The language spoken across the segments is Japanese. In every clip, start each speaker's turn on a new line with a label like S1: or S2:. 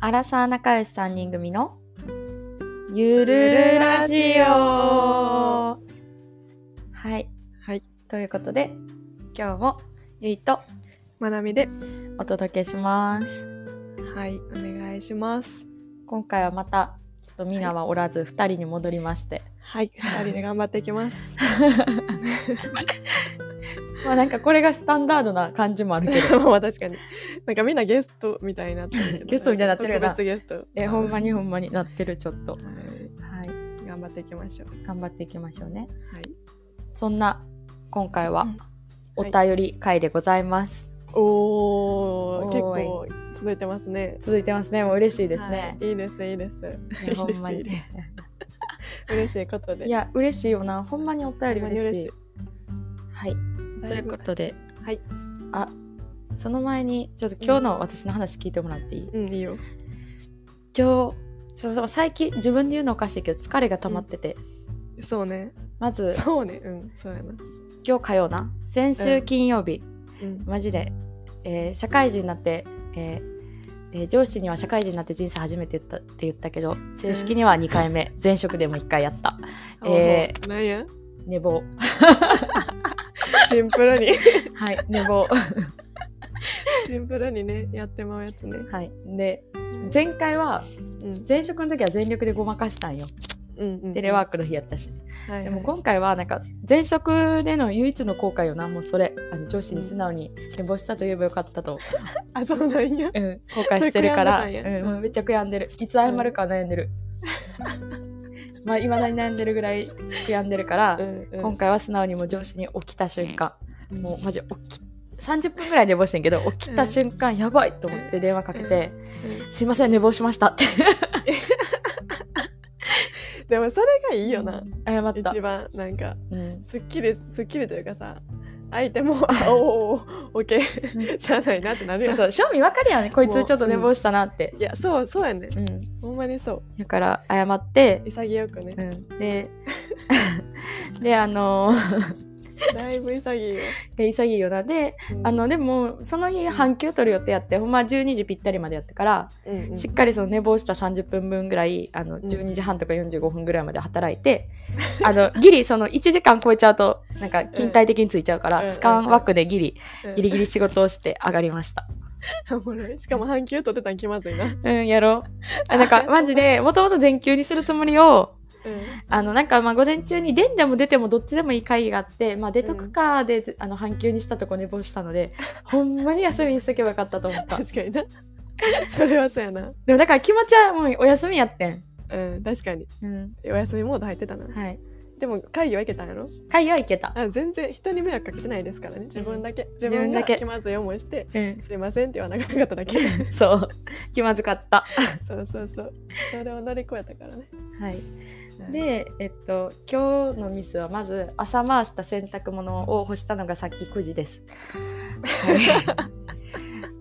S1: アラサー仲良し3人組のゆるるラジオはい。
S2: はい。
S1: ということで、今日もゆいと
S2: まなみで、
S1: お届けします。
S2: はい、お願いします。
S1: 今回はまた、ちょっとミナはおらず2人に戻りまして。
S2: はい、二人で頑張ってい きます。
S1: まあなんかこれがスタンダードな感じもあるけ ど。
S2: まあ確かに。なんかみんなゲストみたいになってるけ ど
S1: ゲストみたいになってるよな
S2: 特別ゲスト。
S1: え、ほんまにほんまになってる、ちょっと。
S2: は
S1: はい。
S2: い頑張っていきましょう。
S1: 頑張っていきましょうね。
S2: はい。
S1: そんな、今回
S2: う
S1: は
S2: ん、
S1: お便り会でございます。
S2: おー、
S1: おー
S2: 結構続いてますね。
S1: 続いてますね。もう嬉しいですね。
S2: はい。いいですね、いいです。
S1: いやほんまに
S2: いいです嬉しいことで。
S1: いや嬉しいよなほんまにお便
S2: ほ
S1: り
S2: んまに
S1: 嬉
S2: 嬉
S1: しい
S2: しい、
S1: はい
S2: だ
S1: とい
S2: いう
S1: こ
S2: ぶ。
S1: とで
S2: はい
S1: あその前にちょっと今日の私の話聞いてもらっていい、
S2: うん、いいよ。
S1: 今日ちょっと最近自分で言うのおかしいけど疲れが溜まってて、
S2: そうね。
S1: まず
S2: そうね。うん、そうやな。
S1: 今日火曜な先週金曜日、
S2: うん。
S1: マジで、えー社会人になって、えーえー上司には社会人になって人生初めて言ったって言ったけど正式には2回目、前職でも1回やったえ
S2: ー、なんや
S1: 寝坊
S2: シンプルに、
S1: はい 寝坊
S2: シンプルにね、やってまうやつね。
S1: はいで前回は
S2: うん。
S1: 前職の時は全力でごまかしたんよ
S2: うんうん
S1: テレワークの日やったし、
S2: はいはい
S1: でも今回はなんか前職での唯一の後悔よなもうそれあの上司に素直に寝坊したと言えばよかったと、
S2: あ、そうなんや。
S1: うん、後悔してるから
S2: それ悔やんでたんや
S1: うんもうめっちゃ悔やんでるいつ謝るか悩んでる、まあいまだに悩んでるぐらい悔やんでるから、
S2: うんうん
S1: 今回は素直にもう上司に起きた瞬間もうマジ起き30分ぐらい寝坊してんけど起きた瞬間やばいと思って電話かけて「すいません寝坊しました」って
S2: でもそれがいいよな。
S1: 謝った
S2: 一、番なんか
S1: うん、
S2: すっきりすっきりというかさ、相手もあおーおーオッケ
S1: う
S2: ーしゃあないなってなる
S1: そ
S2: よ。
S1: うそう、正味わかるやんね。こい
S2: も
S1: つ
S2: う
S1: ちょっと寝坊したなって。
S2: いやそうそうやね。
S1: うん。
S2: ほんまにそう。
S1: だから、謝って、
S2: 潔くね
S1: う。ん。 で、で、あの
S2: だいぶ潔いよ。
S1: で潔いよな。で、
S2: うん
S1: あ、の、でも、その日、半休取る予定やって、ほんま12時ぴったりまでやってから、
S2: うんうん
S1: しっかりその寝坊した30分分ぐらい、あの、
S2: ん
S1: 12時半とか45分ぐらいまで働い て、あの、ギリ、その1時間超えちゃうと、なんか、勤怠的についちゃうか
S2: うん
S1: ら、使わん枠でギリ、
S2: うん
S1: ギリギリ仕事をして上がりました。
S2: おもろいしかも半休取ってたん気まずいな。うん
S1: うん、やろう。あなんか、マジで、もともと全休にするつもりを、あの、なんか、まあ、午前中に出んでも出てもどっちでもいい会議があって、まあ、出とくかで、あの、半休にしたとこ寝坊したので、 ほんまに休みにしとけばよかったと思 った。
S2: 確かにな。それはそうやな。
S1: でも、だから気持ちはもうお休みやってん。
S2: うん確かに
S1: うん。
S2: お休みモード入ってたな。
S1: はい。
S2: でも会議は行けたんやろ。
S1: 会議は行けた。
S2: あ全然人に迷惑かけてないですからね自分だけ、自
S1: 分
S2: 分
S1: だ
S2: が
S1: け
S2: 気まずい思いして
S1: うん。
S2: すいませんって言わなかっただけそ
S1: そう。気まずかった。
S2: うそうそうそれを乗り越えたからね
S1: はい。で、えっと、今日のミスは、まず、朝回した洗濯物を干したのがさっき9時です。は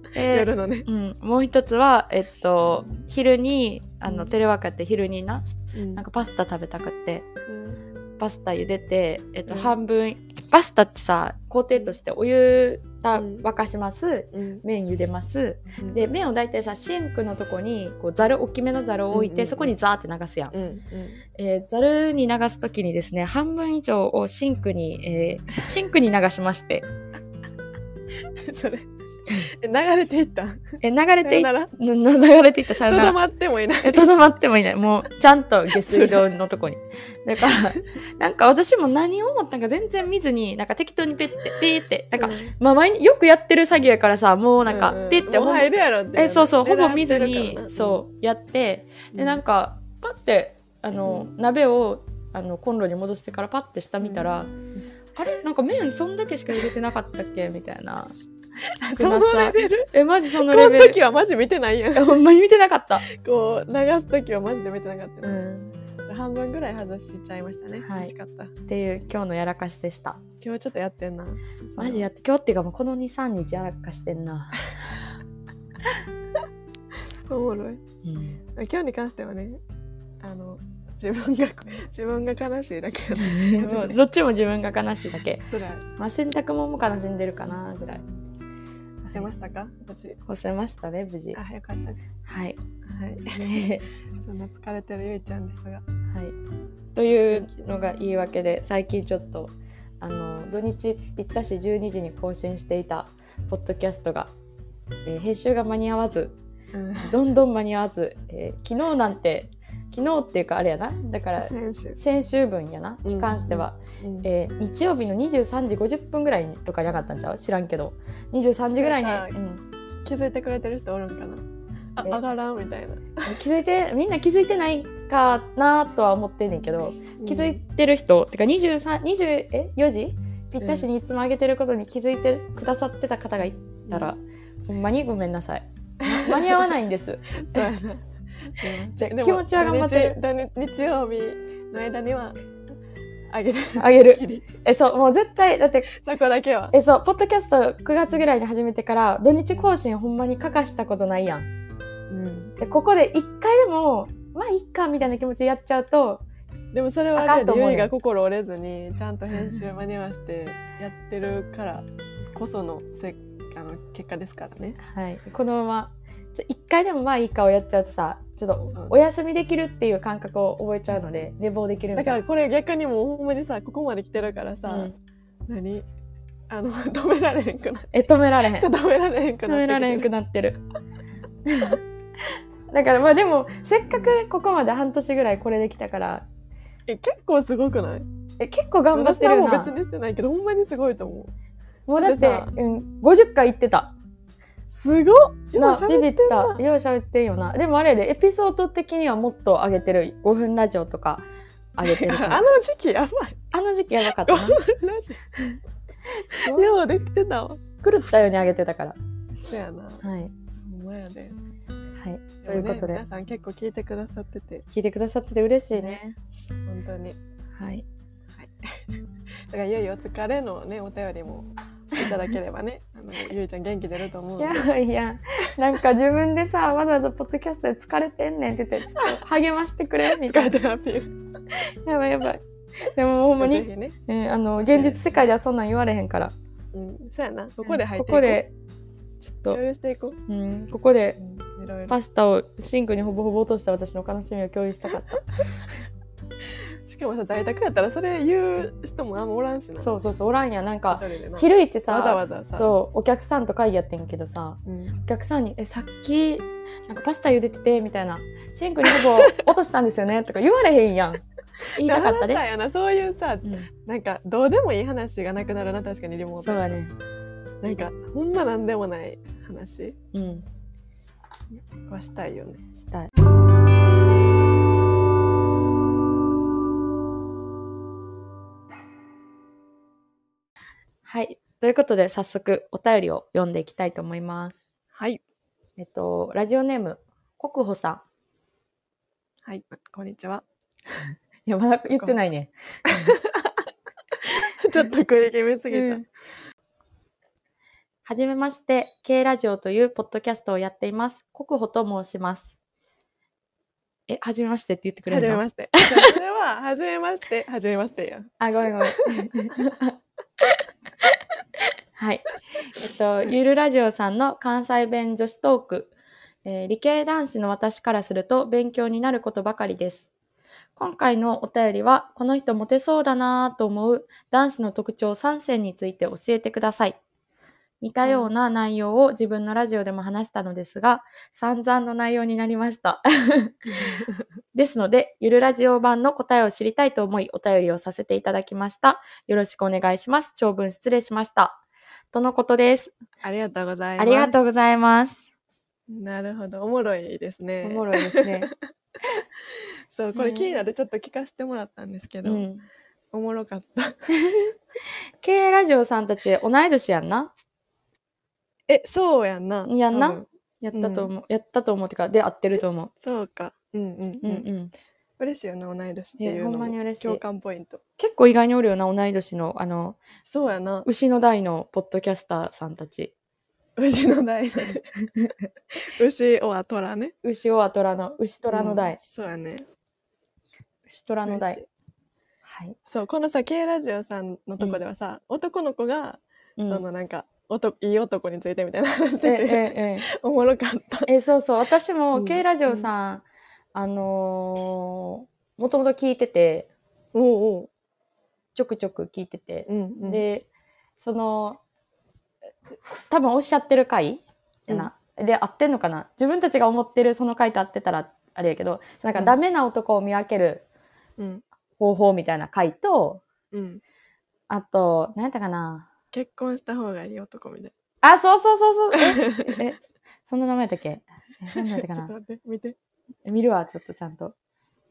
S1: い。で
S2: 夜のね、
S1: うん、もう一つは、えっと、昼にあのテレワークやって昼にな
S2: うん
S1: なんかパスタ食べたくって
S2: うん
S1: パスタ茹でて、えっと
S2: うん
S1: 半分パスタってさ工程としてお湯た
S2: うん
S1: 沸かします
S2: うん
S1: 麺茹でます
S2: うん
S1: で麺を大体さシンクのとこにこうざる大きめのざるを置い
S2: うんうんう
S1: て
S2: ん
S1: そこにザーって流すやん
S2: うん
S1: えーざる、に流す時にですね半分以上をシンクに、えーシンクに流しまして
S2: うんそれえ流れていったん
S1: え流れ
S2: さ
S1: てい
S2: よ
S1: っ
S2: ならと
S1: な 流れていったさよなら
S2: どまってもいない
S1: えとどまってもいない。もう、ちゃんと下水道のとこに。だから、なんか私も何を思ったんか全然見ずに、なんか適当にペッて、ペーって、なんか、まあ、毎日よくやってる作業やからさ、もうなんか、ペッて、
S2: も
S1: ほ
S2: うん入るやろって
S1: え、そうそう、ほぼ見ずに、
S2: う
S1: そう、やって、で、なん
S2: か
S1: か、パッて、あの、鍋を、あの、コンロに戻してからパッて下見たら、あれなんか麺そんだけしか入れてなかったっけみたいな。
S2: そのレベル
S1: え、マジその
S2: こ
S1: レ
S2: の
S1: ベル
S2: 時。はマジ見てないやん
S1: えほんまに見てなかった。
S2: こう流す時はマジで見てなかった
S1: う
S2: な、
S1: ん。
S2: 半分ぐらい外しちゃいましたね、
S1: はい
S2: 美味しかった
S1: っていう、今日のやらかしでした。
S2: 今日ちょっとやってんな
S1: マジやって今日っていうかもうこの23日やらかしてんな、
S2: おもろい今日に関してはねあの自分が 自分が悲しいだけや
S1: も うどっちも自分が悲しいだけ、
S2: つらい
S1: まあ、洗濯物も悲しんでるかなぐらい
S2: 干せましたか無事
S1: 干せましたね無事
S2: あよかったです
S1: はい、
S2: はい
S1: ね
S2: そんな疲れてるゆいちゃんですが
S1: はい、というのが言い訳で最近ちょっとあの土日行ったし12時に更新していたポッドキャストが、えー編集が間に合わず
S2: うん
S1: どんどん間に合わず、えー昨日なんて昨日っていうかあれやなだから
S2: 先週
S1: 先週分やな
S2: うん
S1: に関しては、
S2: うん
S1: えー日曜日の23時50分ぐらいにとかじゃなかったんちゃう知らんけど23時ぐらい
S2: なん
S1: に、
S2: か
S1: うん
S2: 気づいてくれてる人おるんかなあ
S1: え
S2: 上がらんみたいな
S1: 気づいてみんな気づいてないかなとは思ってんねんけど 気づいてる人、てか23 20え4時ぴったしにいつも上げてることに気づいてくださってた方がいたら、ほんまにごめんなさい間に合わないんです
S2: うんそうやな
S1: じゃあ
S2: でも
S1: 気持ちは頑張ってる
S2: 土日土日曜日の間にはあげる
S1: あげる
S2: きり
S1: えそうもう絶対だって
S2: そこだけは
S1: えそうポッドキャスト9月ぐらいに始めてから土日更新ほんまに欠かしたことないやん
S2: うん
S1: でここで一回でもまあいっかみたいな気持ちでやっちゃうと
S2: でもそれ
S1: あ
S2: は
S1: か
S2: ね
S1: んと思うね
S2: ゆいが心折れずにちゃんと編集間に合わせてやってるからこそのせあの結果ですからね
S1: はい、このままちょ一回でもまあいい顔やっちゃうとさちょっ
S2: そう
S1: とお休みできるっていう感覚を覚えちゃうので寝坊できるみ
S2: だか
S1: たい
S2: らこれ逆にもうほんまにさここまで来てるからさ、
S1: なうん
S2: 何あの止められへんくなっ
S1: え止められへん
S2: て
S1: 止
S2: 止めら
S1: めら
S2: れへんくなってきてる
S1: れへんくなってる だからまあでもせっかくここまで半年ぐらいこれできたから
S2: え結構すごくない
S1: え結構頑張ってる
S2: 私はもう
S1: な
S2: 別にしてないけどほんまにすごいと思う
S1: もうだっ
S2: で
S1: て、
S2: さ
S1: うん、50回言ってた
S2: すごっ今
S1: な
S2: 喋
S1: ビビ
S2: っ
S1: って
S2: ん
S1: た
S2: な
S1: よう喋ってんよなでもあれやでエピソード的にはもっと上げてる5分ラジオとか上げてるか
S2: あ
S1: ら
S2: の時期やばい
S1: あの時期やばかった
S2: ご
S1: な
S2: めんなさいようできてたわ
S1: 狂ったように上げてたから
S2: そやなほ
S1: はい。
S2: んまやで
S1: はい。ということ
S2: もね
S1: で
S2: 皆、さん結構聞いてくださってて
S1: 聞いてくださってて嬉しいね。
S2: 本当に
S1: はい。
S2: だからゆいお疲れのねお便りもいただければねあのゆいちゃん元気出ると思う
S1: い
S2: んで
S1: やいや、なんか自分でさ、わざわざポッドキャストで疲れてんねんって言って、ちょっと励ましてくれ、みた
S2: 疲
S1: い
S2: れてるアピール
S1: な。やばいやばい。でもほんま
S2: ぜ
S1: に、
S2: ひね
S1: うん、あの、現実世界ではそんなん言われへんから。
S2: うんそやなここで入って
S1: こ
S2: いこ
S1: こ
S2: う
S1: で、ちょっと
S2: 共、有していこう
S1: うん、ここで
S2: いろいろ
S1: パスタをシンクにほぼほぼ落とした私の悲しみを共有したかった。
S2: しかもさ在宅やったらそれ言う人もあんまおらんしな
S1: そうそうそう、おらんや。なんか、
S2: 一人でな
S1: 昼一さ、
S2: わざわざさ
S1: そう、お客さんと会議やってんけどさ、
S2: うん
S1: お客さんに「えさっきなんかパスタ茹でてて」みたいな「シンクにほぼ落としたんですよね」とか言われへん やん言いたかった
S2: だらさ
S1: で、
S2: やなそういうさ
S1: うん、
S2: なんかどうでもいい話がなくなるな確かにリモー
S1: そう
S2: ト
S1: やね
S2: なんかほんまなんでもない話
S1: うん
S2: はしたいよね
S1: したいはいということで早速お便りを読んでいきたいと思います
S2: はい
S1: えっとラジオネーム国保さん
S2: はいこんにちは
S1: い やまだ言ってないね
S2: ちょっと食い気味すぎ
S1: うんはじめまして、K ラジオというポッドキャストをやっています。国保と申します。え、はじめましてって言ってく
S2: た
S1: れ
S2: は
S1: るの
S2: じめ ましてそれははじめましてはじめましてやん
S1: あ、ごめんごめん。はい。えっと、ゆるラジオさんの関西弁女子トーク。えー理系男子の私からすると勉強になることばかりです。今回のお便りは、この人モテそうだなぁと思う男子の特徴3選について教えてください。似たような内容を自分のラジオでも話したのですが、散々の内容になりました。ですので、ゆるラジオ版の答えを知りたいと思い、お便りをさせていただきました。よろしくお願いします。長文失礼しました。とのことです。
S2: ありがとうございま
S1: あ
S2: す
S1: りがとうございます。
S2: なるほどおもろいですね
S1: おもろいです ね。
S2: そうこれ気になってちょっと聞かせてもらったんですけ
S1: う
S2: ど、
S1: ん。
S2: おもろかった
S1: K ラジオさんたち同い年やんな
S2: えそうやんな
S1: やんな
S2: 多分
S1: やったと思う、やったと思うってか、で合ってると思
S2: そうかうんうん
S1: う。
S2: う、
S1: うんんうん。
S2: 嬉しいよな同い年ってい
S1: いうやほ
S2: の
S1: んまに
S2: も
S1: 嬉しい
S2: 共感ポイント
S1: 結構意外におるよな、同い年の、あの、
S2: そうやな
S1: 牛の代のポッドキャスターさんたち。
S2: 牛の 代だね牛おは虎ね
S1: 牛オアトラの、牛トラの代。
S2: うんそうやね
S1: 牛トラの
S2: 嬉
S1: 代
S2: しい。
S1: はい。
S2: そうこのさ K ラジオさんのとこではさ、男の子が、
S1: うん
S2: そのなんか男いい男についてみたいな話し
S1: え
S2: てて、
S1: ええ
S2: おもろかった。
S1: えそうそう私も
S2: うん
S1: K ラジオさん、あのー、もともと聞いてて
S2: おうお
S1: ちょくちょく聞いてて
S2: う。、うん、うん。
S1: でその多分おっしゃってる回やな、で合ってんのかな自分たちが思ってるその回と合ってたらあれやけどなんか
S2: うん
S1: ダメな男を見分ける
S2: うん。
S1: 方法みたいな回と
S2: うん。
S1: あと何やったかな
S2: 結婚した方がいい男みたい
S1: あそうそうそうそう
S2: な。
S1: え
S2: ち
S1: えそんな名前だっけえ何だった
S2: ょ
S1: か
S2: っ
S1: な
S2: と待って、見て。
S1: 見るわ、ちょっとちゃんと。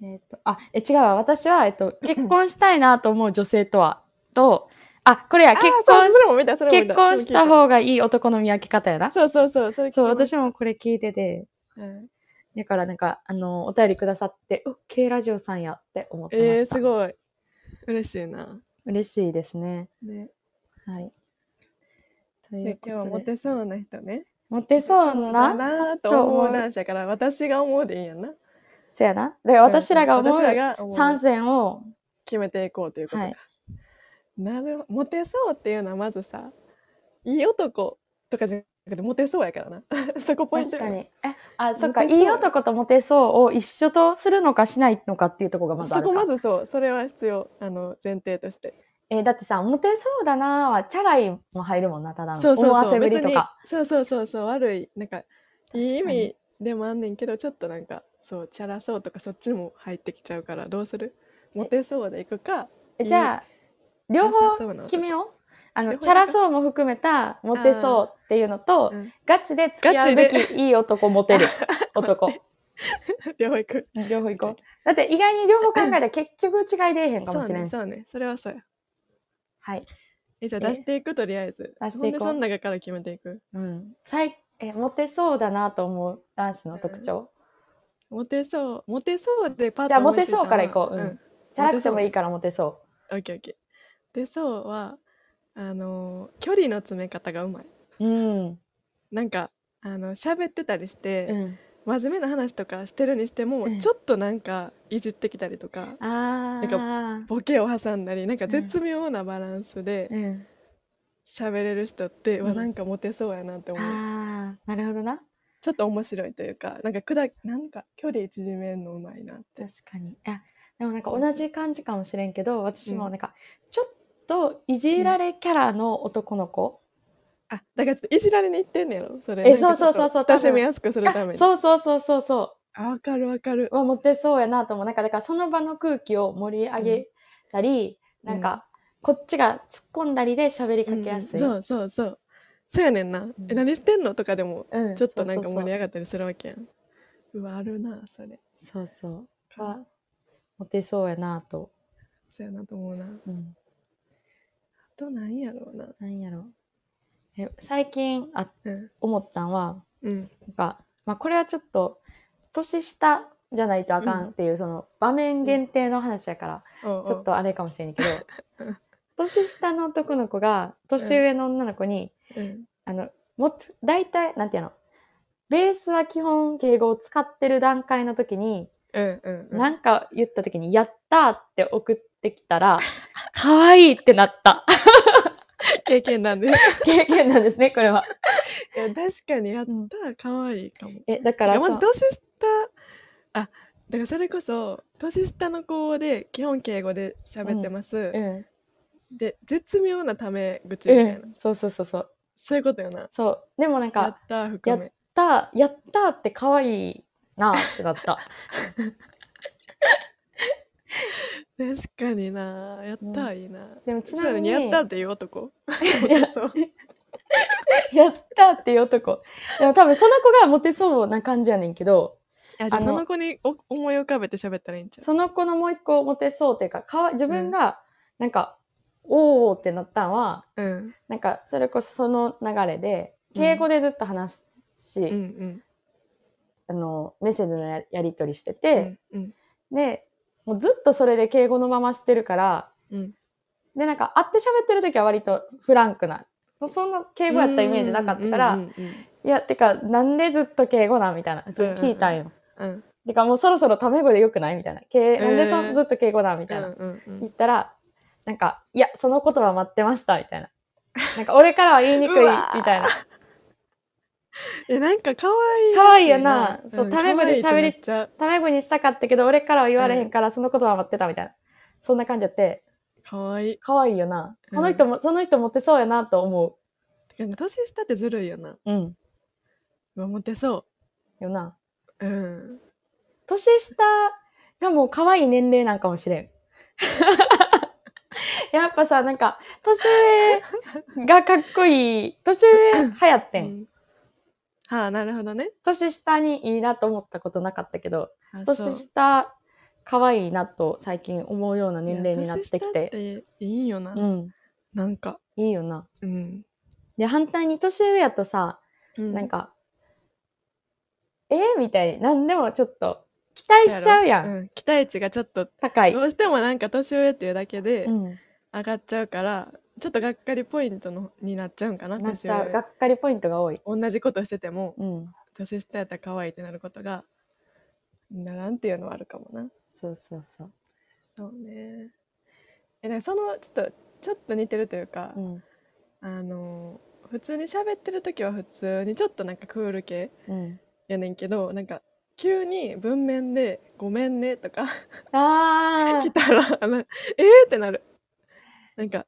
S1: えっ、と、あ、え、違うわ。私は、えっと、結婚したいなと思う女性とは、と、あ、これや、
S2: あ
S1: 結
S2: そ
S1: 婚
S2: う
S1: し
S2: それも見た、それも見
S1: 結婚した
S2: が。
S1: 方がいい男の見分け方やな。
S2: そうそうそう。それ聞き
S1: そう、
S2: まし
S1: 私もこれ聞いてて、
S2: た。うん
S1: だからなんか、あの、お便りくださって、うっ、K ラジオさんやって思って
S2: え
S1: ま
S2: ー、
S1: した。
S2: すごい。嬉しいな。
S1: 嬉しいですね。
S2: ね。
S1: はい。とい
S2: で
S1: う
S2: 今日は
S1: こ
S2: モ
S1: とで、
S2: テそうな人ね。
S1: モテそう
S2: だ
S1: な、
S2: なと思うなんしゃから、私が思うでいいやんな。
S1: そうやな。だから私らが思
S2: 私ら
S1: う
S2: が思う
S1: 参戦を、
S2: 決めていこうということか。
S1: はい
S2: なるほどモテそうっていうのはまずさ、いい男とかじゃなくてモテそうやからな。 そこポイント
S1: 確
S2: や
S1: か
S2: な
S1: に。え、あ、そっか、
S2: モ
S1: い
S2: テそう
S1: い男とモテそうを一緒とするのかしないのかっていうところがまずあ
S2: そ
S1: るか。
S2: こまずそう、それは必要、あの、前提として。
S1: えーだってさ、モテそうだなーは、チャラいも入るもんな、ただの。
S2: そうそう
S1: 思わ
S2: そ
S1: せ
S2: う、
S1: ぶ
S2: 別
S1: りと
S2: に
S1: か。、
S2: そうそうそうそう、悪い、なんか、いい意
S1: 確かに
S2: 味でもあんねんけど、ちょっとなんか、そう、チャラそうとかそっちも入ってきちゃうから、どうするモテそうでいくか、
S1: えじゃあ、両
S2: 良さそ
S1: 方
S2: うな男
S1: 決めよう。あ
S2: 両
S1: の、
S2: 方
S1: チャラそうも含めた、モテそうっていうのと、
S2: うん
S1: ガチで付き合うべ
S2: ガ
S1: きいい男モ テる男。
S2: 両方いく。
S1: 両方行こう。だって意外に両方考えたら結局違い出えへんか
S2: そ
S1: も
S2: う
S1: しれ
S2: ね、
S1: んし。
S2: そうね、それはそうや。
S1: はい。
S2: え、じゃあ出していく、とりあえず。
S1: 出していこう
S2: ほんで、その中から決めていく。
S1: うん。最え、モテそうだなと思う男子の特徴。
S2: モテそう、モテそうでパッ
S1: じゃあモテそうからいこう。う
S2: うん
S1: ん。チャラくてもいいからモテそ
S2: オッケーオッケー。でそうはあのー距離の詰め方がうまい。
S1: う。うん。
S2: なんかあの喋ってたりして、
S1: うん。
S2: 真面目な話とかしてるにしても、
S1: うん
S2: ちょっとなんかいじってきたりとか
S1: ああ。
S2: ボケを挟んだりなんか絶妙なバランスで
S1: うん。
S2: 喋れる人って、う
S1: う
S2: わ
S1: ん
S2: なんかモテそうやなって思う、
S1: ああ、なるほどな。
S2: ちょっと面白いというかなんかくだなんか距離縮めるのうまいなって
S1: 確かに。あ、でもなんか
S2: そうそう
S1: 同じ感じかもしれんけど、私
S2: う
S1: も
S2: ん
S1: なんか、ちょっといじられキャラの男の子。
S2: あだからちょっといじられにいってんねやろそれ
S1: え
S2: なんかちょ
S1: そう
S2: っと
S1: そうそうそう
S2: 親しみやすくするため
S1: あ
S2: に
S1: そうそうそうそうそ
S2: あわかるわかる
S1: う。はモテそうやなと思う。なんか、だからその場の空気を盛り上げたり、
S2: うん
S1: なんか、こっちが突っ込んだりで喋りかけやすい。
S2: うんそうそうそうそうやねんな、え何してんのとかでも
S1: うん
S2: ちょっとなんか
S1: そうそうそう
S2: 盛り上がったりするわけやんうわあるなそれ
S1: そうそう。は、モテそうやなと。
S2: そうやなと思うなあ
S1: うん。
S2: となんやろうな
S1: なんやろ。え、最近、あ、
S2: うん
S1: 思ったんは、
S2: うん
S1: なんか、まあ、これはちょっと年下じゃないとあかんっていう、その場面限定の話やから、
S2: おうおう
S1: ちょっとあれかもしれないけど
S2: うん、
S1: 年下の男の子が年上の女の子に、
S2: うん
S1: あの、もっと、大体、なんていうの、ベースは基本敬語を使ってる段階の時に、
S2: うんうんうん
S1: なんか言った時に、やったーって送ってきたら、 可愛いってなった。
S2: 経験 なんでい
S1: 経験なんですね、これは。
S2: や確かにやったら可愛いかも、
S1: え、だか
S2: い
S1: ら
S2: や
S1: そ
S2: ま
S1: の
S2: ず、年下あだからそれこそ年下の子で基本敬語で喋ってます、
S1: うん、
S2: で絶妙なため口み
S1: う
S2: たいな、
S1: ん、そうそうそうそう。
S2: そういうことよな
S1: そう。でもなん
S2: や
S1: か
S2: っ、たー含め
S1: やった、やったーって可愛いなーってな った。
S2: 確かになやったらいいな、
S1: でもち
S2: そ
S1: な
S2: うや
S1: み
S2: ね
S1: に、
S2: やったっ
S1: や
S2: ていう男
S1: や
S2: そう
S1: ったーっていう男。でも多分その子がモテそうな感じやねんけど、
S2: あじゃあ
S1: あの
S2: その子にお思い浮かべて喋ったらいいんちゃう
S1: その子のもう一個モテそうっていうか、かわ自分が、なんか、おーってなったんは、
S2: うん
S1: なんか、それこそその流れで、
S2: うん
S1: 敬語でずっと話すし、
S2: うんうん
S1: あの、メッセージのややり取りして
S2: う
S1: て
S2: ん、うん
S1: で、もうずっとそれで敬語のまましてるから、
S2: うん
S1: で、なんか、会って喋ってる時は割とフランクな、そんな敬語やったイメージなかったから、
S2: うんうん
S1: いや、てか、なんでずっと敬語なんみたいな。普通に聞いたんよ。
S2: うんうん
S1: てか、もうそろそろタメ語でよくないみたいな。敬なんでそ、
S2: えー
S1: ずっと敬語なんみたいな。
S2: うんうんうん
S1: 言ったら、なんか、いや、その言葉待ってました、みたいな。なんか俺からは言いにくいみ
S2: うわー
S1: たいな。
S2: えなんか可愛いですよ
S1: 可愛いよなそうタメ語で
S2: 可愛い
S1: 喋
S2: ってなっちゃう
S1: タメ語にしたかったけど、俺からは言われへんから、その言葉待ってたみたいな。そんな感じやって、
S2: 可愛い
S1: 可愛いよな。
S2: うん
S1: この人も、その人モテそうやなと思
S2: てかね年下ってずるいよな
S1: う。うん。
S2: うわモテそ
S1: よな。
S2: ううん
S1: 年下がもう可愛い年齢なんかもしれん。 やっぱさ、なんか、年上がかっこいい。年上流行って。
S2: うんんはあなるほどね
S1: 年下にいいなと思ったことなかったけど、
S2: あそう
S1: 年下可愛いなと最近思うような年齢になって
S2: い
S1: き。
S2: や年下っていいよな、
S1: うん。
S2: なんか
S1: いいよな。
S2: うん、
S1: で、反対に年上やとさ、なんか、えーみたいに、なんでもちょっと、期待しちゃうやん。
S2: うん、期待値がちょっと
S1: 高い。
S2: どうしてもなんか年上っていうだけで
S1: うん。
S2: 上がっちゃうから、ちょっとがっかりポイントのになっちゃうんかな
S1: なっ
S2: 年
S1: ちゃう。が
S2: 上
S1: っかりポイントが多い。
S2: 同じことしてても
S1: うん。
S2: 年下やったら可愛いってなることがならんっていうのはあるかもな
S1: そうそうそう。
S2: そうねえでもそのちょっとちょっと似てるというか、
S1: うん。
S2: あの普通に喋ってる時は普通にちょっとなんかクール系
S1: うん。
S2: やねんけどなんか急に文面で「ごめんね」とか
S1: あ
S2: 来たらあのえーってなるなんか
S1: あ。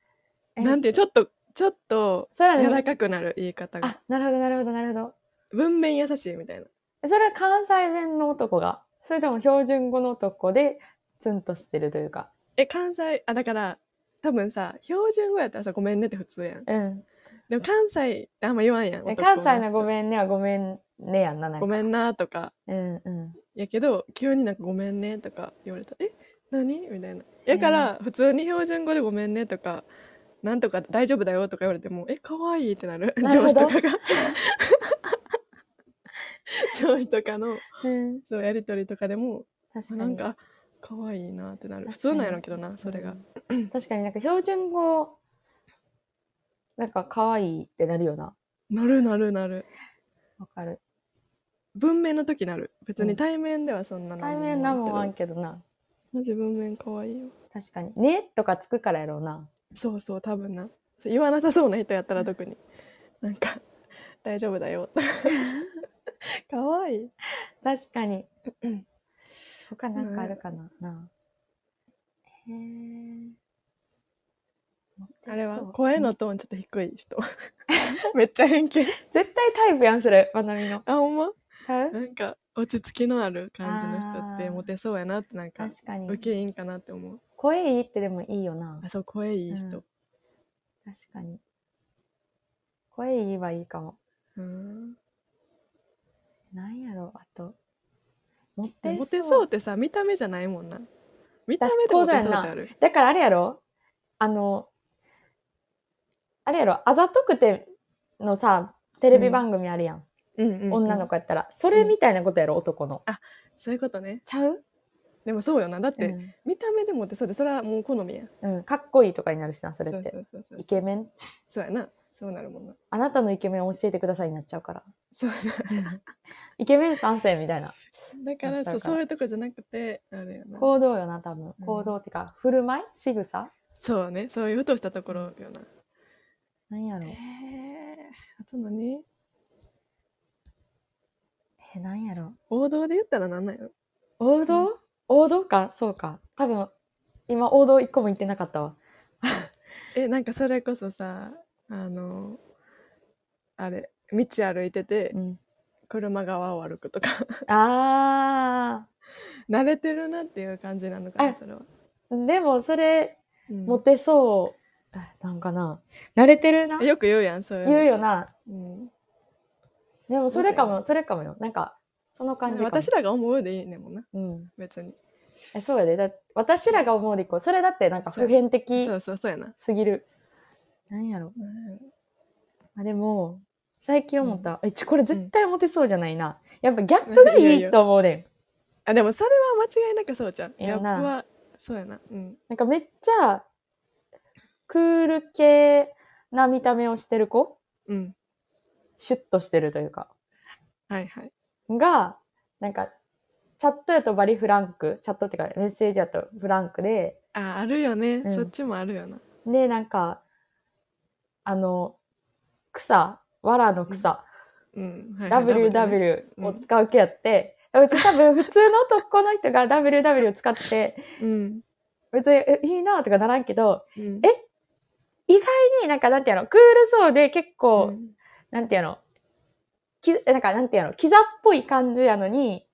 S2: なんていうちょっとちょっと
S1: それは
S2: 柔
S1: ね
S2: ら、かくなる言い方が
S1: あ、なるほど、なるほど、なるほど。
S2: 文面優しいみたいな
S1: それは関西弁の男が、それとも標準語の男で、ツンとしてるというか。
S2: え関西あだから多分さ標準語やったらさ「ごめんね」って普通やん
S1: うん。
S2: でも関西ってあんま言わんやん
S1: え
S2: 男
S1: 関西の
S2: 人
S1: ごめんねはごめんねやんな、なんか。
S2: ごめんなとか
S1: うんうん。
S2: やけど急になんか「ごめんね」とか言われた「え何?」みたいなやから普通に標準語で「ごめんね」とか「なんとか大丈夫だよ」とか言われても「え可愛いってなる
S1: なる
S2: 上
S1: ほ
S2: 司
S1: ど
S2: とかが上司とかの
S1: うん。
S2: そうやり取りとかでも
S1: 確かに。
S2: なんか可愛いなってな
S1: 確か
S2: る
S1: に
S2: 普通なんやろうけどなそれが、
S1: うん確かになんか標準語なんか可愛いってなるよな
S2: なるなるなる
S1: わかる
S2: 文面の時なる別
S1: う
S2: に
S1: ん
S2: 対面ではそんなの
S1: 対面なんもあんけどな
S2: マジ文面可愛いよ
S1: 確かに「ね」とかつくからやろうな
S2: そうそう多分なそう言わなさそうな人やったら特になんか「大丈夫だよ」 かわいい
S1: 確かに
S2: うん
S1: 他なんかあるかな、なあへえ
S2: あれは声のトーンちょっと低い人 めっちゃ偏見
S1: 絶対タイプやんそれまなみの
S2: あほんま
S1: ちゃう
S2: なんか落ち着きのある感じの人っ
S1: あ
S2: て
S1: ー
S2: モテそうやなってなんか
S1: 確か
S2: 受
S1: に
S2: けいいんかなって思う
S1: 声いいってでもいいよな
S2: あそう声いい人
S1: 確かに声いいはいいかも
S2: うん
S1: なんやろうあとモ
S2: で
S1: テそう
S2: もモテそうってさ見た目じゃないもんな見た目でモテそうってある
S1: だからあれやろあの、あれやろあざとくてのさ、テレビ番組あるやん。
S2: うんうんうん
S1: 女の子やったら。それみたいなことやろ、男の。
S2: そういうことね
S1: ちゃう
S2: でもそうよなだって、
S1: うん
S2: 見た目でもってそうでそれはもう好みやん
S1: うん。かっこいいとかになるしな、そ
S2: そ
S1: れ
S2: うそ
S1: っ
S2: う
S1: て。
S2: そうそう
S1: イケメン
S2: そうやなそうなるもんな
S1: あなたのイケメン教えてくださいになっちゃうから。
S2: そう
S1: イケメン三世みたいな。
S2: だか
S1: な
S2: ら
S1: っちゃ
S2: そうう
S1: から
S2: そういうとこじゃなくてあれやな
S1: 行動よな、多分。
S2: うん
S1: 行動ってか、振る舞い仕草
S2: そうねそういうふとしたところよ
S1: な
S2: な
S1: んやろ
S2: えあと何
S1: え、なんやろ
S2: 王道で言ったらなんなんやろ
S1: 王道、
S2: う
S1: 王道かそうか。多分、今王道一個も言ってなかったわ。
S2: えなんかそれこそさあのあれ道歩いてて
S1: うん。
S2: 車側を歩くとか
S1: あ
S2: 慣れてるなっていう感じなのか
S1: あ
S2: なそれは、
S1: ー。でも、それ、
S2: うん
S1: モテそう、なんかな。慣れてるな。
S2: よく言うやんそういうの
S1: 言うよな。
S2: うん
S1: でもそれか
S2: そう
S1: も、それかもよ。なんか、その感じかも。
S2: 私らが思うでいいねんもんな
S1: うん。
S2: 別に
S1: え、そうやで。だ私らが思うでこう。それだってなんか普遍的
S2: そうそうそうやな、
S1: すぎる。なんやろ。まあでも、最近思った。え、ちょ、これ絶対モテそうじゃないな。やっぱギャップが
S2: いやい
S1: い
S2: や
S1: いと思うねん。
S2: あでもそれは間違いなくそうじゃんギ
S1: いや
S2: ャップ
S1: な
S2: はそうやなうん
S1: なんかめっちゃ、クール系な見た目をしてる子
S2: うん
S1: シュッとしてるというか。
S2: はいはい
S1: が、なんか、チャットやとバリフランク、チャットっていうかメッセージやとフランクで、
S2: ああるよね、
S1: うん
S2: そっちもあるよな
S1: で、なんか、あの、草、藁の草、
S2: うんはいはい
S1: WW を使う系やって、別に多分普通の男の人が WW を使って、
S2: うん
S1: 別にえいいなとかならんけど、
S2: うん
S1: え意外になんかなんていうの、クールそうで結構、
S2: うん
S1: なんていうの、きなんかなんていうの、キザっぽい感じやのに、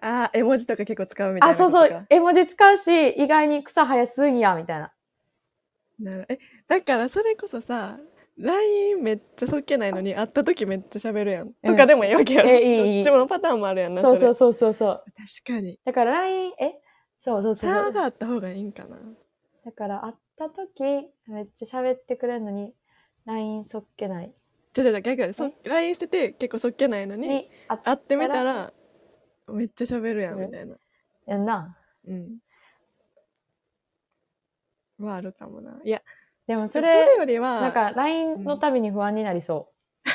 S2: あー絵文字とか結構使うみたい
S1: あ、
S2: なこ
S1: そう
S2: とか
S1: そう、絵文字使うし、意外に草生やすんや、みたいな。
S2: なるえだからそれこそさ LINE めっちゃそっけないのに会った時めっちゃ喋るやん、とかでもいいわけやろ
S1: えいいいい
S2: どっちもパターンもあるやんな
S1: そうそう
S2: れ
S1: そうそうそう。
S2: 確かに
S1: だから LINE、えそうそうそうそ
S2: 差
S1: う。
S2: があった方がいいんかな
S1: だから会った時、めっちゃ喋ってくれるのに、LINE そっけない。
S2: じゃじゃ逆やでそ LINE してて結構そっけないのに
S1: に、あ
S2: 会ってみたらめっちゃ喋るやんみたいな
S1: やんな。
S2: うんはあるかもないや
S1: でも
S2: そ
S1: そ
S2: れ
S1: れ、
S2: よりは
S1: なんか LINE のたびに不安になりそう。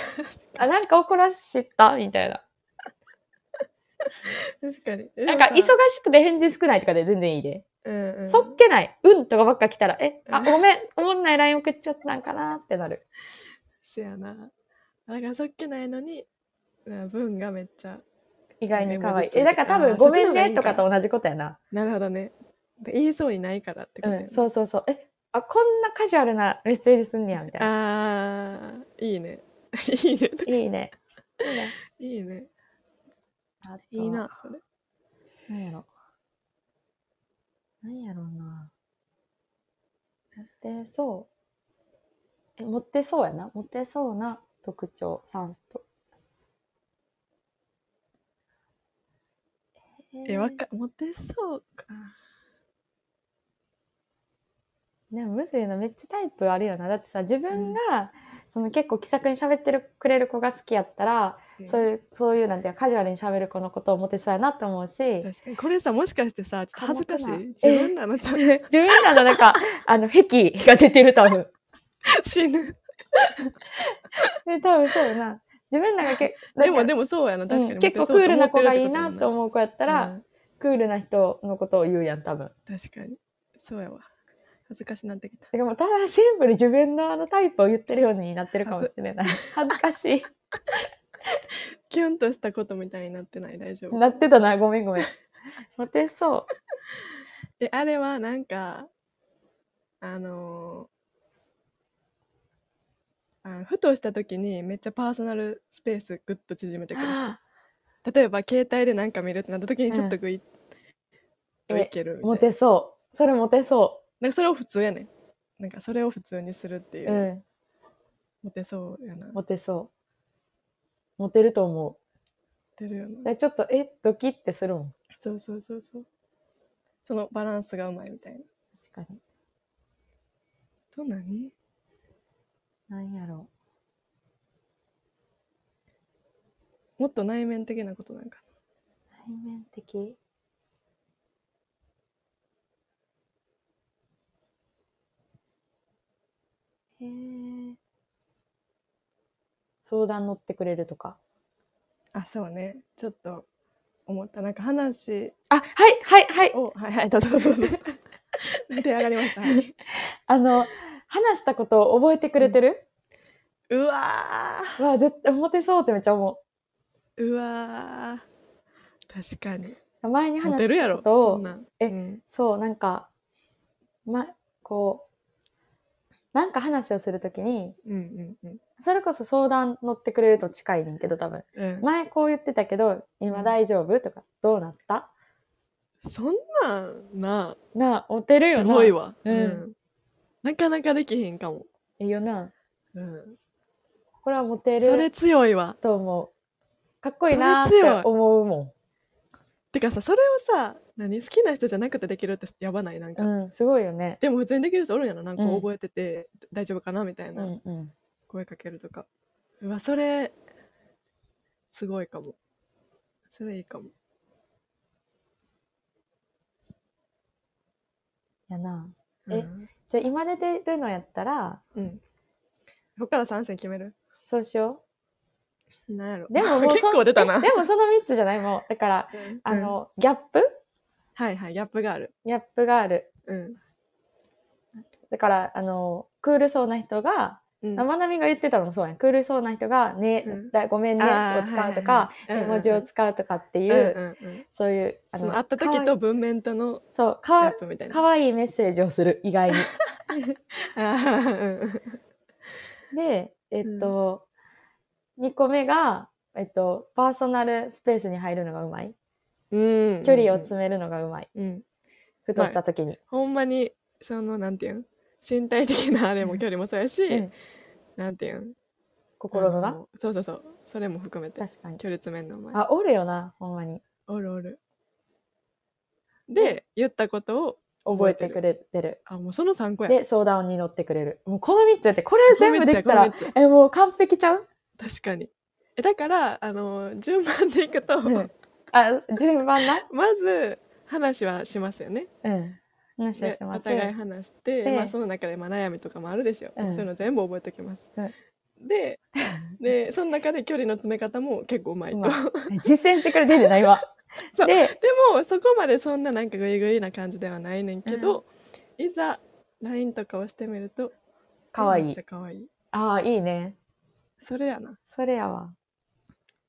S1: あ、なんか怒らしたみたいな。
S2: 確かに
S1: なんか忙し
S2: ぐ、
S1: くて返事少ないとかで全然いいで。
S2: うんうん、
S1: そっけない。うんとかばっか来たら、え、あ、
S2: うん
S1: ごめん、思んない LINE 送っちゃったんかなってなる。
S2: せやなだからそっけないのにうん文がめっちゃ
S1: 意外に可愛い。
S2: うん
S1: え、だから多
S2: あ
S1: 分、
S2: ーそ
S1: ご
S2: っち
S1: め
S2: の方
S1: ん
S2: がいい
S1: ね
S2: ん
S1: と
S2: か
S1: かと同じことやな。
S2: なるほどね。で言いそうにないからってこ
S1: う
S2: とやね
S1: ん、そうそうそう。え、あ、こんなカジュアルなメッセージすんねや、みたいな。
S2: あー、いいね。 いいね。
S1: いいね。いいね。
S2: いいね。
S1: あと
S2: いいな、。それ。
S1: なんやろ。なんやろうな。モテそう。え、モテそうやな。モテそうな特徴、3と。
S2: え、わか、モテそうか。
S1: でもむずいのめっちゃタイプあるよな。だってさ、自分が、その結構気さくに喋ってるくれる子が好きやったら、そういう、そういうなんていうのカジュアルに喋る子のことをモテそうやなと思うし、自
S2: 確かに。これさ、もしかしてさ、ちょっと恥ずかしい
S1: か。も
S2: 自分らのさ、
S1: 分らのなんか、あの、癖が出てる多分。
S2: 死ぬ。
S1: で、多分そうやな。自分らがけ、
S2: でも、で
S1: も、
S2: もそうやな。確かに。
S1: 結構クールな子がいいなと
S2: っ
S1: 思う子やった
S2: た
S1: ら、クールな人のことを言うやん、多分。
S2: 確かに。そうやわ。恥ずかしなってきた。
S1: でも、ただシンプルに自分のあのタイプを言ってるようになってるかもしれない。恥ずかしい。
S2: キュンとしたことみたいになってない。大丈夫。
S1: なってたな、ごめんごめん。モテそう。
S2: え、あれはなんか、あのーあのふとした時にめっちゃパーソナルスペースぐっと縮めてくる人。例えば携帯でなんか見るってなった時にちょっとグイッといけるみたいな。
S1: モテそう。それモテそ。
S2: なんかそれを普通やねん。なんかそれを普通にするっていう
S1: う
S2: う。
S1: ん。
S2: モテそうやな。モ
S1: モテそう。モテると思
S2: テるよ
S1: う。
S2: な。
S1: でちょっと、え、ドキってするもん。
S2: そうそうそうそう。そのバランスがうまいみたいな。
S1: 確かに。
S2: と何
S1: なんやろ
S2: もっと内面的なことなんか。
S1: う。内面的へえ。相談乗ってくれるとか。
S2: あ、そうね。ちょっと思った。なんか話
S1: あ、はい、はい、はい。
S2: お、 はいはい、どうぞどうぞどうぞ。出上がりました。はい
S1: あの、話したことを覚えてくれてる、
S2: うわ
S1: うわ、絶対モテそうってめっちゃ思
S2: ー、うわー。確かに。
S1: う。前に
S2: モ
S1: 話
S2: テるや
S1: した
S2: ろ
S1: こ、と
S2: そ
S1: を
S2: ん、なん。
S1: え
S2: うん
S1: そう、なんか、ま、こう、なんか話をするときに、
S2: うんうんうん。
S1: それこそ相談乗ってくれると近いねんけど、多分。
S2: うん
S1: 前こう言ってたけど、今大丈夫とか、どうなった
S2: そんなんな、
S1: なあ、モテるよ
S2: す
S1: な。
S2: ごいわ。
S1: うん
S2: うんなかなかできへんかも。
S1: いいよな。
S2: うん
S1: これはモテ
S2: それ
S1: る
S2: 強いわ。
S1: と思う。かっこいいなーっ
S2: それ強い
S1: て思うも
S2: てかさ、それをさ、何好きな人じゃなくてできるってやばないなん
S1: ん。
S2: か。
S1: うん、すごいよね。
S2: でも普通にできる人おるんやろなんか
S1: うん
S2: 覚えてて大丈夫かなみたいうなん
S1: うん。
S2: 声かけるとか。うわ、それ、すごいかも。それいいかも。
S1: やな。
S2: うん
S1: えじゃあ今出てるのやったら、
S2: うん。ここから3選決める
S1: そうしよ
S2: なんやろ
S1: う。でももう
S2: 結
S1: そん
S2: 構出たな。
S1: えでもその3つじゃないもう。だから、
S2: うん
S1: あ、の、ギャップ
S2: はいはい、ギャップがある。
S1: ギャップがある。
S2: うん。
S1: だから、あの、クールそうな人が、
S2: うん
S1: 生ナミが言ってたのもそうやん。苦しそうな人が、ね、
S2: うん
S1: だごめんね
S2: あー
S1: を使うとか、
S2: はいはいはい
S1: 絵文字を使うとかっていう、
S2: うんうんうん
S1: そういう、
S2: その会った
S1: かわ
S2: 時
S1: い
S2: と文面との
S1: そう、か
S2: タ
S1: わ
S2: イ、プみたいな。
S1: かわいいメッセージをする、意 外に。
S2: あーうん
S1: で、えっと、2個目が、えっと、パーソナルスペースに入るのがうまい。
S2: うんうん
S1: 距離を詰めるのがうまい。
S2: うん、
S1: ふとした時に。
S2: ほんまにそのなんていうん身体的なあれも距離もそうやし、
S1: うん
S2: なんていうん
S1: 心の
S2: あ
S1: な。
S2: そうそうそうそれも含めて
S1: 確かに。
S2: 距離詰めんのお前
S1: あ、おるよな、ほんまに。
S2: おるおるで言ったことを
S1: 覚えてくれてる。
S2: あもうその3個や
S1: で、相談に乗ってくれる。もうこの3つやって、これ全部できた
S2: この
S1: ら
S2: 三つやこの三、
S1: え、もう完璧ちゃう
S2: 確かにえだからあの順番でい くと、
S1: うんあ、順番 な
S2: まず話はしますよね
S1: うん。話を
S2: で
S1: しま
S2: お
S1: す。
S2: 互い話して、
S1: で
S2: まあ、その中でまあ悩みとかもあるでしょ、
S1: うん
S2: そういうの全部覚えておきます、
S1: うん
S2: ででその中で距離の詰め方も結構うまいと、
S1: うまい実践してくれてるんじゃないわ。
S2: そう
S1: で、
S2: でもそこまでそんななんかグイグイな感じではないねんけど、いざ LINE とかをしてみると
S1: かわい
S2: めっ
S1: い
S2: ちゃ。かわいい
S1: ああ、いいね。
S2: それやな、
S1: それやわ。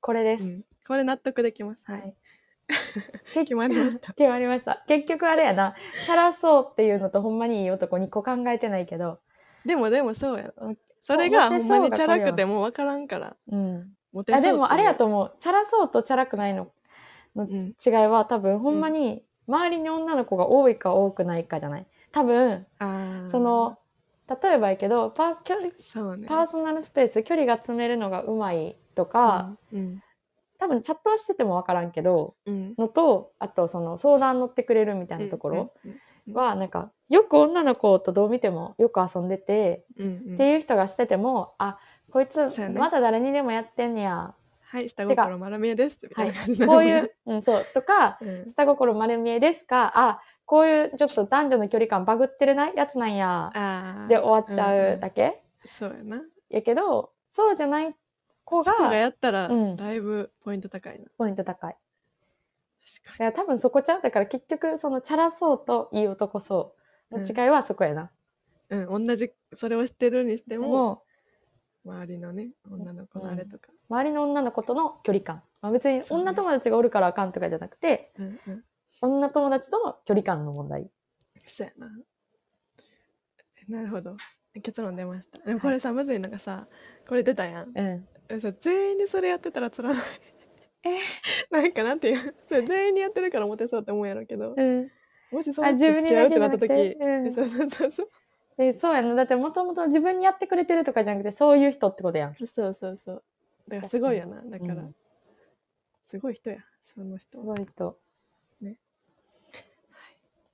S1: これで
S2: う
S1: す。
S2: ん、これ納得できますはい、
S1: い。
S2: 決まり ました
S1: 決まりました。結局あれやな。チャラそうっていうのとほんまにいい男2個考えてないけど。
S2: でもでもそうや
S1: う
S2: なんそれが
S1: モ
S2: ほ
S1: テそ
S2: ん
S1: うが
S2: まにチャラくてもわからんから
S1: うん。
S2: モテ
S1: あ
S2: そうってい
S1: で
S2: う
S1: もあれやと思う。チャラそうとチャラくないのの
S2: ん
S1: 違いは、多分ほんまに周りに女の子が多いか多くないかじゃない。多分、
S2: あー
S1: その、例えばやけど、パース距離
S2: そうね
S1: パーソナルスペース、距離が詰めるのがうまいとか、
S2: うん
S1: 多分チャットはしててもわからんけど、
S2: うん
S1: のと、あとその相談乗ってくれるみたいなところ。
S2: うん
S1: はなんかよく女の子とどう見てもよく遊んでて、
S2: うんうん
S1: っていう人がしててもあこいつ
S2: そうやね
S1: まだ誰にでもやってんねや、
S2: はい下心丸見えですみた
S1: はいい
S2: な感じ、
S1: こういう、うん、そうとか
S2: うん
S1: 下心丸見えですかあこういうちょっと男女の距離感バグってるないやつなんや
S2: あー
S1: で終わっちゃうだけ、
S2: そうやな
S1: やけどそうじゃない子
S2: 人が
S1: が
S2: やったら
S1: うん
S2: だいぶポイント高いな、
S1: ポイント高い。い
S2: 確
S1: や多分そこちゃうだから結局そのチャラそうといい男そうの違いはそこやな。
S2: かに、うん、同じそれを知ってるにして
S1: で
S2: も
S1: も
S2: 周りのね女の子のあれとか、
S1: 周りの女の子との距離感。まあ、別に
S2: そうね
S1: 女友達がおるからあかんとかじゃなくて、
S2: うんうん
S1: 女友達との距離感の問題。
S2: そうやななるほど結論出ましたでもこれさ、むずいのがさこれ出たやん
S1: うん。
S2: そう全員にそれやってたらつらないえ なんかなんていうそう全員にやってるからモテそうって思うやろうけど、
S1: うん。
S2: もしそ
S1: あ
S2: の
S1: 自
S2: 付
S1: 分に
S2: き合う
S1: だ
S2: って
S1: けじ
S2: な
S1: ゃ
S2: った
S1: なく
S2: 時
S1: てうん
S2: そうそうそうそう
S1: えそうやな。だってもともと自分にやってくれてるとかじゃなくて、そういう人ってことやん。
S2: そうそうそう。だからすごいよな。だ
S1: か
S2: か
S1: に
S2: ら、
S1: うん
S2: すごい人や、その人
S1: す
S2: は。
S1: ごい人。
S2: ね。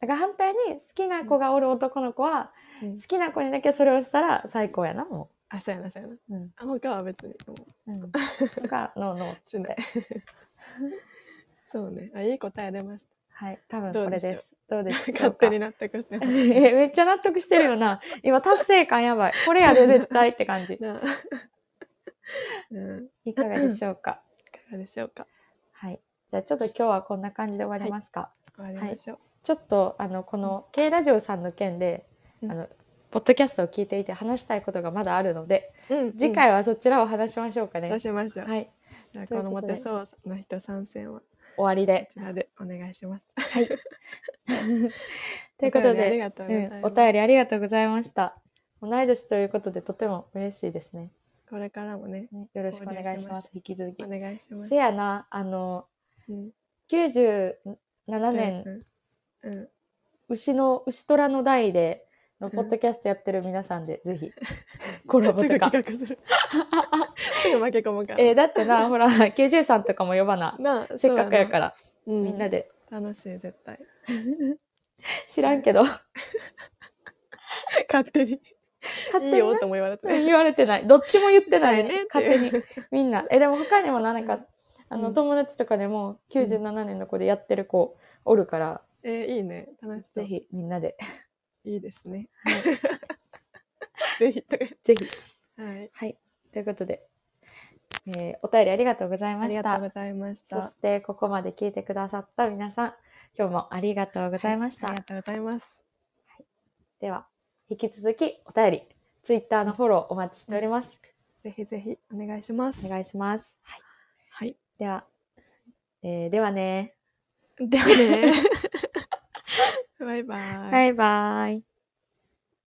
S1: だから反対に好きな子がおる男の子は、
S2: うん
S1: 好きな子にだけそれをしたら最高やな、も
S2: あ、そうやな、そうやな。
S1: う。うん。
S2: あ、他は別に、もう
S1: うん。とか、のの。
S2: しない。そうね。あ、いい答え出まし
S1: はい。多分これです。どうで
S2: た。
S1: す
S2: 勝手に納得してます。
S1: え、めっちゃ納得してるよな。今、達成感やばい。これやで、絶対って感 じ。
S2: なあうん。い
S1: いかがでしょうか。
S2: かがでしょうか。
S1: はい。じゃあ、ちょっと今日はこんな感じで終わりますか。
S2: 終わりましょう。
S1: ちょっと、あの、この、K ラジオさんの件で、
S2: うん
S1: あの、ポッドキャストを聞いていて話したいことがまだあるので、
S2: うん
S1: 次、回はそちらを話しましょうか
S2: うん
S1: ね。
S2: そうしましょう。
S1: はい。
S2: じゃあ、
S1: という
S2: こ
S1: こと
S2: の
S1: で
S2: モテそうの人参戦は、こ
S1: 終わりで。
S2: ちらでお願いします。
S1: ということ
S2: お便りあり
S1: で、
S2: がとうご
S1: う
S2: ざい
S1: ん、
S2: ま
S1: お
S2: す。
S1: 便りありがとうございました。同い年ということで、とても嬉しいですね。
S2: これからもね、
S1: ねよろしくお願いします。引き続き
S2: お。願いします
S1: せ。やな、あの、
S2: うん
S1: 97年、
S2: うんうん。うん
S1: 牛の牛虎の代での
S2: うん
S1: ポッドキャストやってる皆さんで、ぜひコラボ
S2: す
S1: と
S2: ぐ
S1: か。
S2: 企 画する。すぐ負け込むから。
S1: えーだってなほら KJ さんとかも呼ばな
S2: なあ、
S1: せっかくやからら、
S2: そうや
S1: みんな
S2: で。
S1: で
S2: 楽しい、絶対。
S1: 知らんけど
S2: 勝手に。
S1: 勝手
S2: いい
S1: に
S2: よ
S1: な
S2: とも言われて。
S1: 言われてないどっちも言ってない、
S2: したいね
S1: ね、勝
S2: っていう
S1: 手にみんなえでも他にもななん
S2: う
S1: か
S2: ん
S1: あ
S2: う
S1: の
S2: ん
S1: 友達とかでも97年の子でやってる子おるから、
S2: えー、いいね。楽しそ
S1: ぜ
S2: う。
S1: ひみんなで
S2: いいですね。
S1: はい
S2: ぜひとか。
S1: ぜひ
S2: はい。
S1: はいということで、えーお便りありがとうござい
S2: あ
S1: ま
S2: り
S1: し
S2: がと
S1: た
S2: うございました。
S1: そしてここまで聞いてくださった皆さん、今日もありがとうございました。
S2: ありがとうございます。
S1: では、引き続きお便り、ツイッターのフォローお待ちしております。
S2: ぜひぜひお願いします。
S1: お願いします。はい、
S2: はい。
S1: では、えーではね、
S2: ではね。バイバイ。
S1: バイバイ。